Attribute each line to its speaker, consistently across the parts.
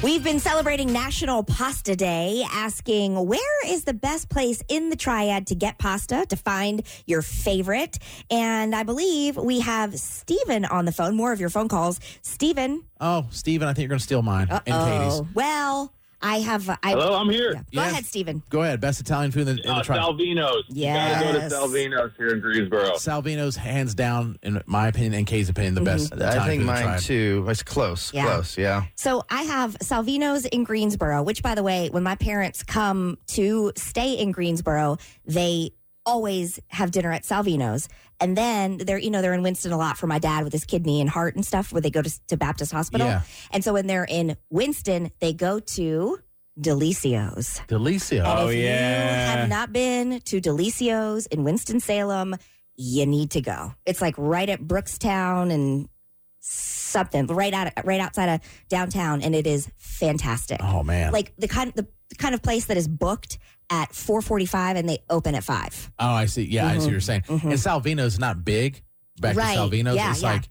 Speaker 1: We've been celebrating National Pasta Day, asking where is the best place in the triad to get pasta, to find your favorite. And I believe we have Steven on the phone, more of your phone calls. Steven.
Speaker 2: Oh, Steven, I think you're going to steal mine and Katie's.
Speaker 1: Oh, well, I have. I,
Speaker 3: Hello, I'm here.
Speaker 1: Yeah. Go
Speaker 2: Yes.
Speaker 1: ahead, Steven.
Speaker 2: Go ahead. Best Italian food in the, in the
Speaker 3: Uh,
Speaker 2: tribe.
Speaker 3: Salvino's. Yeah, gotta go to
Speaker 1: Yes.
Speaker 3: Salvino's here in Greensboro.
Speaker 2: Salvino's, hands down, in my opinion and Katie's opinion, the best.
Speaker 1: Mm-hmm.
Speaker 2: Italian
Speaker 4: I
Speaker 2: food
Speaker 4: think
Speaker 2: in the
Speaker 4: mine
Speaker 2: tribe.
Speaker 4: too. It's close.
Speaker 1: Yeah.
Speaker 4: Close. Yeah.
Speaker 1: So I have Salvino's in Greensboro, which, by the way, when my parents come to stay in Greensboro, they always have dinner at Salvino's. And then they're, you know, they're in Winston a lot for my dad with his kidney and heart and stuff, where they go to, to Baptist Hospital.
Speaker 2: Yeah.
Speaker 1: And so when they're in Winston, they go to Delicio's.
Speaker 2: Delicio.
Speaker 1: And
Speaker 5: Oh,
Speaker 1: if
Speaker 5: yeah.
Speaker 1: you have not been to Delicio's in Winston-Salem, you need to go. It's like right at Brookstown and something right out right outside of downtown and it is fantastic.
Speaker 2: Oh, man.
Speaker 1: Like the kind the kind of place that is booked at 4:45 and they open at 5.
Speaker 2: oh, I see. Yeah, I see what you're saying.
Speaker 1: Mhm.
Speaker 2: And Salvino's not big. Back
Speaker 1: Right.
Speaker 2: to Salvino's,
Speaker 1: Yeah,
Speaker 2: it's
Speaker 1: yeah.
Speaker 2: like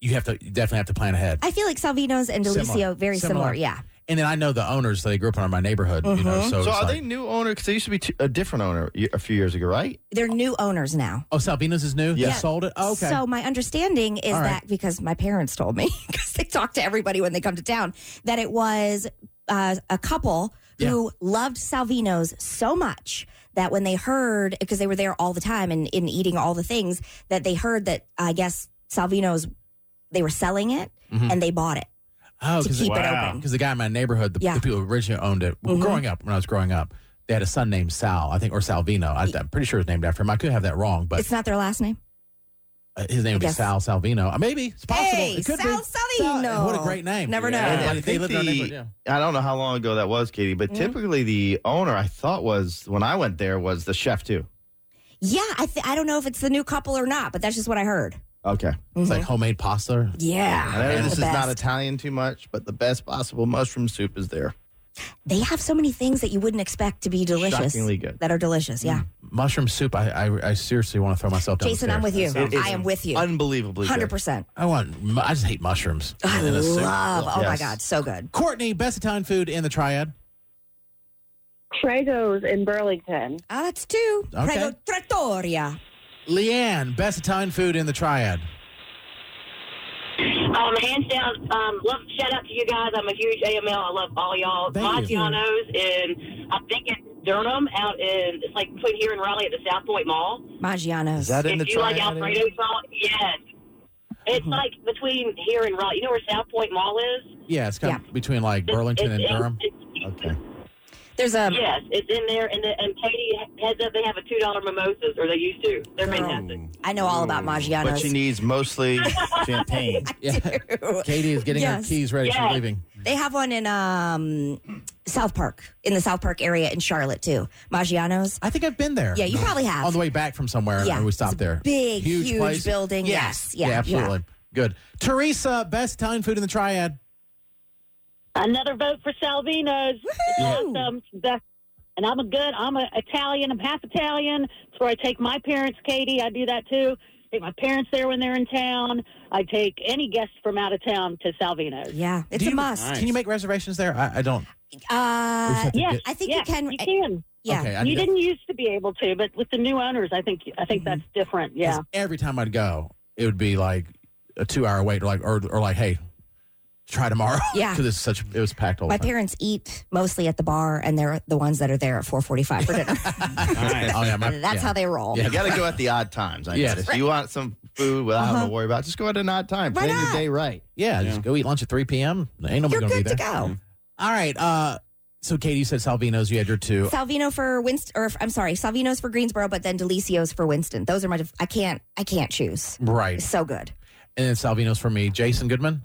Speaker 2: you have to you definitely have to plan ahead.
Speaker 1: I feel like Salvino's and Delicio
Speaker 2: Similar.
Speaker 1: very similar.
Speaker 2: Similar.
Speaker 1: yeah.
Speaker 2: and then I know the owners; so they grew up in my neighborhood. You know,
Speaker 1: Mm-hmm.
Speaker 2: so, it's
Speaker 4: So are
Speaker 2: like,
Speaker 4: they new owner? Because they used to be t- a different owner y- a few years ago, right?
Speaker 1: They're new owners now.
Speaker 2: oh, Salvino's is new. They
Speaker 4: Yeah.
Speaker 2: sold it. Oh, okay.
Speaker 1: So my understanding is
Speaker 2: All right.
Speaker 1: that because my parents told me, because they talk to everybody when they come to town, that it was uh, a couple who loved Salvino's so much that when they heard, because they were there all the time and in eating all the things, that they heard that I guess Salvino's they were selling it
Speaker 2: Mhm.
Speaker 1: and they bought it
Speaker 2: oh,
Speaker 1: to
Speaker 2: because
Speaker 1: keep it
Speaker 5: Wow.
Speaker 1: open.
Speaker 2: because the guy in my neighborhood, the,
Speaker 1: Yeah.
Speaker 2: the people who originally owned it, well,
Speaker 1: Mhm.
Speaker 2: growing up when I was growing up, they had a son named Sal, I think, or Salvino. I, I'm pretty sure it's named after him. I could have that wrong, but
Speaker 1: it's not their last name.
Speaker 2: uh, his name would be
Speaker 1: Yes.
Speaker 2: Sal Salvino. Uh, maybe it's possible.
Speaker 1: Hey,
Speaker 2: it could
Speaker 1: Sal
Speaker 2: be. Sal-
Speaker 1: Salvino.
Speaker 2: what a great name.
Speaker 1: Never know.
Speaker 2: Yeah. Everybody-
Speaker 4: And I
Speaker 2: they
Speaker 4: think
Speaker 2: lived in our
Speaker 4: the-
Speaker 2: neighborhood. Yeah.
Speaker 4: I don't know how long ago that was, Katie, but
Speaker 1: Mhm.
Speaker 4: typically the owner I thought was when I went there was the chef too.
Speaker 1: Yeah, I th- I don't know if it's the new couple or not, but that's just what I heard. Mm-hmm.
Speaker 4: Okay.
Speaker 2: It's like homemade pasta.
Speaker 1: Yeah,
Speaker 4: I know
Speaker 1: Ah, they're
Speaker 4: this is
Speaker 1: the
Speaker 4: not
Speaker 1: best.
Speaker 4: Italian too much, but the best possible mushroom soup is there.
Speaker 1: they have so many things that you wouldn't expect to be delicious
Speaker 4: Shockingly Mm. good.
Speaker 1: that are delicious yeah
Speaker 2: Mushroom soup. I, I, I seriously want to throw myself down.
Speaker 1: jason
Speaker 2: the
Speaker 1: i'm with you
Speaker 2: stairs.
Speaker 4: It is
Speaker 1: i am with you
Speaker 4: Unbelievably good.
Speaker 1: 100%
Speaker 2: I want. mu- I just hate mushrooms.
Speaker 1: i
Speaker 2: in a soup.
Speaker 1: love oh my
Speaker 4: Yes.
Speaker 1: god so good
Speaker 2: Courtney, best Italian food in the triad.
Speaker 6: Trego's in Burlington.
Speaker 1: oh that's two
Speaker 2: Okay.
Speaker 1: prego trattoria
Speaker 2: Leanne, best Italian food in the triad.
Speaker 7: Um, hands down, um, love shout out to you guys. I'm a huge AML. I love all y'all.
Speaker 2: Thank you.
Speaker 7: Maggiano's in, I think it's Durham out in, it's like between here and Raleigh at the South Point Mall.
Speaker 1: maggiano's
Speaker 4: Is that in
Speaker 7: if
Speaker 4: the
Speaker 7: you like
Speaker 4: triad?
Speaker 7: Alfredo sauce, yes. It's
Speaker 2: Uh-huh.
Speaker 7: like between here and Raleigh. You know where South Point Mall is?
Speaker 2: Yeah, it's kind of between like Burlington and
Speaker 7: It's- it's-
Speaker 2: Durham.
Speaker 7: it's-
Speaker 4: Okay.
Speaker 1: there's a
Speaker 7: Yes, it's in there. And, the, and Katie heads up they have a $2 mimosas, or they used to. They're
Speaker 2: Oh.
Speaker 7: fantastic.
Speaker 1: i know all about
Speaker 4: But
Speaker 1: maggiano's
Speaker 4: she needs mostly champagne.
Speaker 2: Yeah. Katie is getting
Speaker 1: Yes.
Speaker 2: her keys ready.
Speaker 7: Yes.
Speaker 2: She's leaving.
Speaker 1: they have one in um south park in the south park area in charlotte too maggiano's
Speaker 2: I think I've been there.
Speaker 1: yeah you probably have
Speaker 2: On the way back from somewhere,
Speaker 1: Yeah.
Speaker 2: and we
Speaker 1: It's
Speaker 2: stopped
Speaker 1: a
Speaker 2: there.
Speaker 1: big huge,
Speaker 2: place.
Speaker 1: building yes, yeah,
Speaker 2: yeah,
Speaker 1: you have.
Speaker 2: absolutely. Good. Teresa, best Italian food in the triad.
Speaker 8: Another vote for Salvino's. It's
Speaker 1: Woohoo!
Speaker 8: awesome. It's the- and I'm a good, I'm a Italian, I'm half Italian. It's where I take my parents, Katie, I do that too. Take my parents there when they're in town. I take any guest from out of town to Salvino's.
Speaker 1: yeah it's
Speaker 2: Do
Speaker 1: a
Speaker 2: you-
Speaker 1: must
Speaker 5: Nice.
Speaker 2: Can you make reservations there? I, I don't.
Speaker 1: uh
Speaker 2: Yeah.
Speaker 8: Yes,
Speaker 1: i think
Speaker 8: yes,
Speaker 1: you can
Speaker 8: You can.
Speaker 1: yeah
Speaker 2: Okay, I
Speaker 8: you
Speaker 2: need to-
Speaker 8: didn't used to be able to, but with the new owners, I think I
Speaker 2: Mm-hmm.
Speaker 8: think that's different. Yeah.
Speaker 2: 'Cause Every time I'd go, it would be like a two-hour wait, or like or, or like, hey, try tomorrow.
Speaker 1: Yeah.
Speaker 2: because it's such it was packed all
Speaker 1: My
Speaker 2: the time.
Speaker 1: parents eat mostly at the bar, and they're the ones that are there at 4:45 for dinner.
Speaker 5: Nice.
Speaker 2: oh yeah, my,
Speaker 1: That's
Speaker 2: yeah.
Speaker 1: how they roll.
Speaker 4: You got to go at the odd times. I
Speaker 2: Yes.
Speaker 4: guess. If you want some food without having to worry about, it, just go at an odd time.
Speaker 1: Uh-huh. Why
Speaker 4: Plan your
Speaker 1: not?
Speaker 4: day right.
Speaker 2: yeah, Just
Speaker 5: Yeah.
Speaker 2: go eat lunch at three p.m. Ain't nobody
Speaker 1: You're
Speaker 2: gonna be
Speaker 1: good
Speaker 2: there.
Speaker 1: to go.
Speaker 2: All right. Uh, so Katie you said Salvino's. You had your two.
Speaker 1: Salvino for Winston, or I'm sorry, Salvino's for Greensboro, but then Delicio's for Winston. Those are my. def- I can't. I can't choose.
Speaker 2: Right.
Speaker 1: So good.
Speaker 2: And then Salvino's for me. Jason Goodman.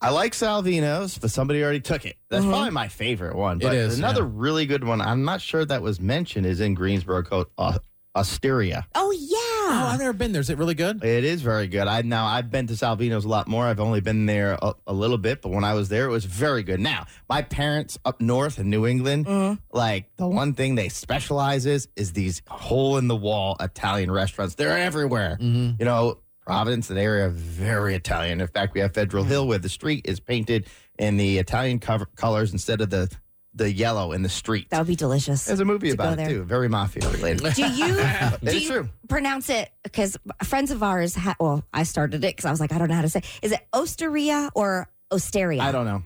Speaker 4: I like Salvino's, but somebody already took it. That's
Speaker 1: Mhm.
Speaker 4: probably my favorite one.
Speaker 2: It
Speaker 4: But
Speaker 2: is,
Speaker 4: another
Speaker 2: yeah.
Speaker 4: really good one. I'm not sure that was mentioned. Is in Greensboro, called uh, Osteria.
Speaker 1: Oh
Speaker 2: Oh, I've
Speaker 1: yeah.
Speaker 2: never been there. Is it really good?
Speaker 4: It is very good. I now I've been to Salvino's a lot more. I've only been there a, a little bit, but when I was there, it was very good. Now my parents up north in New England,
Speaker 1: Mm,
Speaker 4: like the one thing they specialize is is these hole in the wall Italian restaurants. They're everywhere.
Speaker 2: Mm-hmm.
Speaker 1: Hmm.
Speaker 4: You know, Providence, an area very Italian. In fact, we have Federal Hill where the street is painted in the Italian cover- colors instead of the the yellow in the street.
Speaker 1: That would be delicious.
Speaker 4: There's a movie
Speaker 1: to go
Speaker 4: about it
Speaker 1: there.
Speaker 4: too, very mafia related.
Speaker 1: Do you,
Speaker 4: It's
Speaker 1: do you
Speaker 4: true.
Speaker 1: pronounce it? Because friends of ours, ha- well, I started it because I was like, I don't know how to say. Is it Osteria or Osteria?
Speaker 4: I don't know.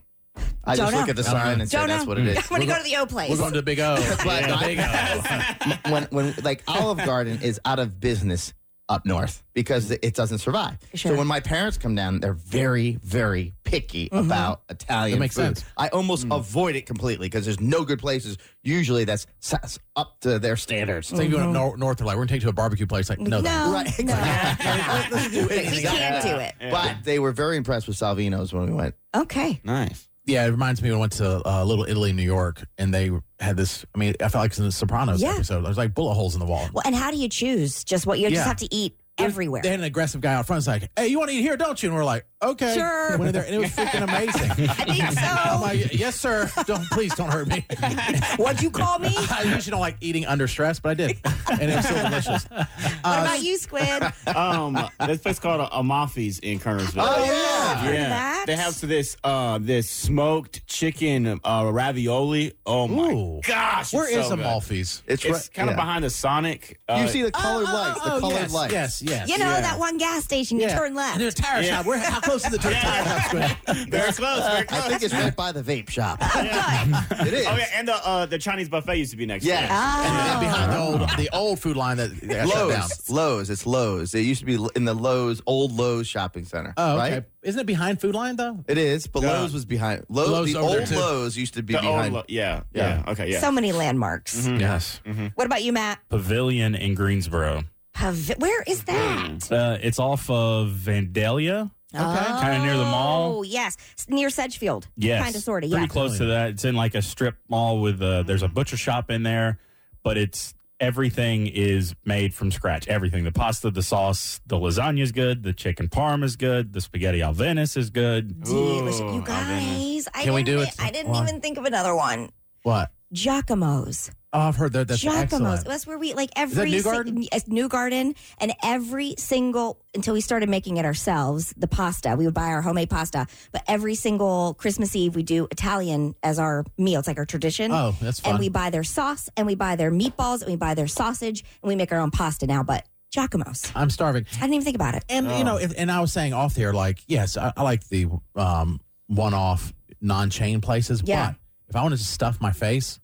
Speaker 4: I
Speaker 1: Don't
Speaker 4: just look
Speaker 1: know.
Speaker 4: at the sign and say
Speaker 1: Don't
Speaker 4: that's
Speaker 1: know.
Speaker 4: what it is.
Speaker 1: I'm going to go to the O place.
Speaker 2: We're going to the big O. yeah, big O.
Speaker 4: when when like Olive Garden is out of business up north because it doesn't survive.
Speaker 1: Sure.
Speaker 4: So when my parents come down, they're very very picky about Italian.
Speaker 2: Mm-hmm. That makes
Speaker 4: food.
Speaker 2: sense. Mm.
Speaker 4: I almost avoid it completely because there's no good places usually that's s- up to their standards.
Speaker 2: So if you went up nor- north, they're like, we're going to take you to a barbecue place. Like, no,
Speaker 1: no,
Speaker 2: thanks.
Speaker 4: Right,
Speaker 1: no.
Speaker 4: exactly. Let's do it.
Speaker 1: we can't do it.
Speaker 4: But they were very impressed with Salvino's when we went.
Speaker 1: Okay.
Speaker 5: Nice.
Speaker 2: Yeah, it reminds me when I went to uh, Little Italy, New York, and they had this. I mean, I felt like it was in the Sopranos
Speaker 1: Yeah.
Speaker 2: episode. There's like bullet holes in the wall.
Speaker 1: Well, and how do you choose? Just what you
Speaker 2: Yeah.
Speaker 1: just have to eat everywhere.
Speaker 2: They had an aggressive guy out front. It's like, hey, you want to eat here, don't you? And we're like, okay.
Speaker 1: Sure.
Speaker 2: Went in there, and it was freaking amazing.
Speaker 1: I think
Speaker 2: I'm
Speaker 1: so.
Speaker 2: like, yes, sir. Don't please don't hurt me.
Speaker 1: What'd you call me? What
Speaker 2: I usually don't like eating under stress, but I did, and it was still delicious.
Speaker 4: Uh,
Speaker 1: about you, Squid?
Speaker 5: Um, this place called Amafi's in Kernersville.
Speaker 1: Oh, yeah. Heard of that?
Speaker 5: They have this uh this smoked chicken uh ravioli. Oh my
Speaker 2: Ooh.
Speaker 5: gosh.
Speaker 2: Where
Speaker 5: it's
Speaker 2: is
Speaker 5: so good.
Speaker 2: Amalfi's?
Speaker 4: It's,
Speaker 5: It's kind of
Speaker 4: yeah.
Speaker 5: behind the Sonic. Uh,
Speaker 4: You see the colored
Speaker 2: Oh,
Speaker 4: lights,
Speaker 2: oh,
Speaker 4: the colored
Speaker 2: yes,
Speaker 4: lights.
Speaker 2: Yes, yes.
Speaker 1: You know
Speaker 5: Yeah.
Speaker 1: that one gas station. You
Speaker 2: Yeah.
Speaker 1: turn left.
Speaker 2: And there's a tire
Speaker 5: Yeah.
Speaker 2: shop. Where, how close is it to the tire shop? Squid?
Speaker 5: very close, very
Speaker 4: I
Speaker 5: close.
Speaker 4: think it's right by the vape shop. it is.
Speaker 5: Oh yeah, and the uh, the Chinese buffet used to be next. to
Speaker 4: Yes.
Speaker 5: it.
Speaker 2: And then
Speaker 1: Oh.
Speaker 2: behind the old the old food line that that got shut down.
Speaker 4: Lowe's. Lowe's. It's Lowe's. It used to be in the Lowe's, old Lowe's shopping center.
Speaker 2: Oh, okay.
Speaker 4: right?
Speaker 2: Isn't it behind food line though?
Speaker 4: It is, but
Speaker 5: Yeah.
Speaker 4: Lowe's was behind. Lowe's,
Speaker 2: Lowe's
Speaker 4: the
Speaker 2: over there,
Speaker 4: old
Speaker 2: too.
Speaker 4: Lowe's used to be
Speaker 5: The
Speaker 4: behind.
Speaker 5: old, lo- yeah, yeah, Okay, yeah. Mm-hmm.
Speaker 1: So many landmarks.
Speaker 2: Yes.
Speaker 1: What about you, Matt?
Speaker 6: Pavilion in Greensboro.
Speaker 1: Pav- Where is that?
Speaker 6: Uh, it's off of Vandalia.
Speaker 1: Oh,
Speaker 6: Kinda near the mall.
Speaker 1: yes. S- Near Sedgefield.
Speaker 6: Yes.
Speaker 1: Kind of, sort of,
Speaker 6: Pretty
Speaker 1: yeah.
Speaker 6: close to that. It's in like a strip mall with a, there's a butcher shop in there, but it's everything is made from scratch. Everything. The pasta, the sauce, the lasagna is good, the chicken parm is good, the spaghetti al venice is good.
Speaker 1: Delicious. You
Speaker 5: Ooh, Alabama.
Speaker 1: guys, I
Speaker 2: Can we
Speaker 1: didn't
Speaker 2: do
Speaker 1: e-
Speaker 2: it?
Speaker 1: I didn't
Speaker 2: Why?
Speaker 1: even think of another one.
Speaker 2: What?
Speaker 1: Giacomo's.
Speaker 2: Oh, I've heard that. That's
Speaker 1: Giacomo's.
Speaker 2: excellent.
Speaker 1: That's where we like
Speaker 2: that
Speaker 1: every
Speaker 2: New
Speaker 1: si-
Speaker 2: Garden?
Speaker 1: yes, New Garden and every single until we started making it ourselves, the pasta. We would buy our homemade pasta, but every single Christmas Eve we do Italian as our meal. It's like our tradition.
Speaker 2: Oh, that's fun.
Speaker 1: and we buy their sauce and we buy their meatballs and we buy their sausage and we make our own pasta now, but Giacomo's.
Speaker 2: I'm starving.
Speaker 1: I didn't even think about it.
Speaker 2: And you know, if, and I was saying off there, like, yes, I, I like the um, one-off non-chain places,
Speaker 1: Yeah.
Speaker 2: but if I wanted to stuff my face,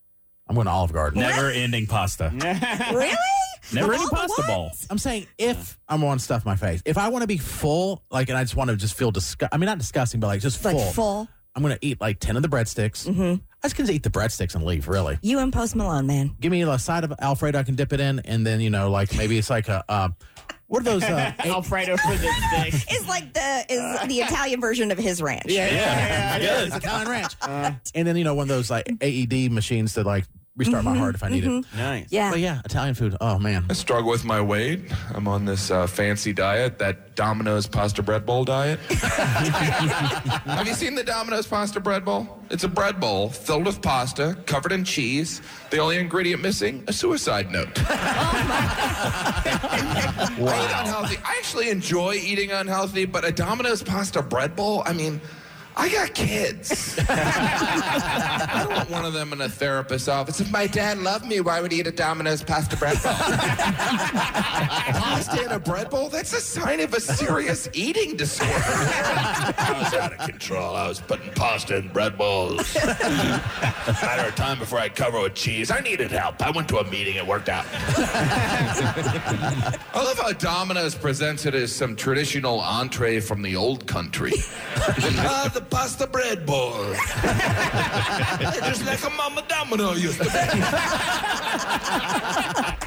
Speaker 2: I'm going to Olive Garden.
Speaker 6: Never ending pasta.
Speaker 5: Mm-hmm.
Speaker 1: Really? Of all
Speaker 6: Never ending
Speaker 1: the
Speaker 6: pasta ball.
Speaker 1: ones?
Speaker 2: I'm saying if I'm going to stuff my face, if I want to be full, like, and I just want to just feel disgust. I mean, not disgusting, but like just
Speaker 1: Like
Speaker 2: full. Mm-hmm.
Speaker 1: full.
Speaker 2: I'm going to eat like ten of the breadsticks.
Speaker 1: Mhm.
Speaker 2: I just can just eat the breadsticks and leave. Really.
Speaker 1: You and Post Malone, man.
Speaker 2: give me a side of Alfredo I can dip it in, and then you know, like maybe it's like a uh, what are those? Uh, eight-
Speaker 5: Alfredo for the steak.
Speaker 1: Is like the is the Italian version of his ranch.
Speaker 2: yeah, yeah,
Speaker 5: Yeah,
Speaker 2: yeah, it's Italian ranch, and then you know one of those like AED machines that like restart my heart if I need it.
Speaker 5: Nice.
Speaker 1: Yeah.
Speaker 2: But Mm-hmm, yeah, Italian food. Oh man,
Speaker 9: I struggle with my weight. I'm on this uh, fancy diet, that Domino's pasta bread bowl diet. Have you seen the Domino's pasta bread bowl? It's a bread bowl filled with pasta, covered in cheese. The only ingredient missing, a suicide note. I eat unhealthy. I actually enjoy eating unhealthy, but a Domino's pasta bread bowl, I mean, I got kids. I don't want one of them in a therapist's office. If my dad loved me, why would he eat a Domino's pasta bread bowl? pasta in a bread bowl? That's a sign of a serious eating disorder.
Speaker 10: I was out of control. I was putting pasta in bread bowls. Matter of time before I cover with cheese. I needed help. I went to a meeting. It worked out.
Speaker 9: I love how Domino's presents it as some traditional entree from the old country.
Speaker 10: Ah, the pasta bread bowl. Just like a Mama Domino used to be.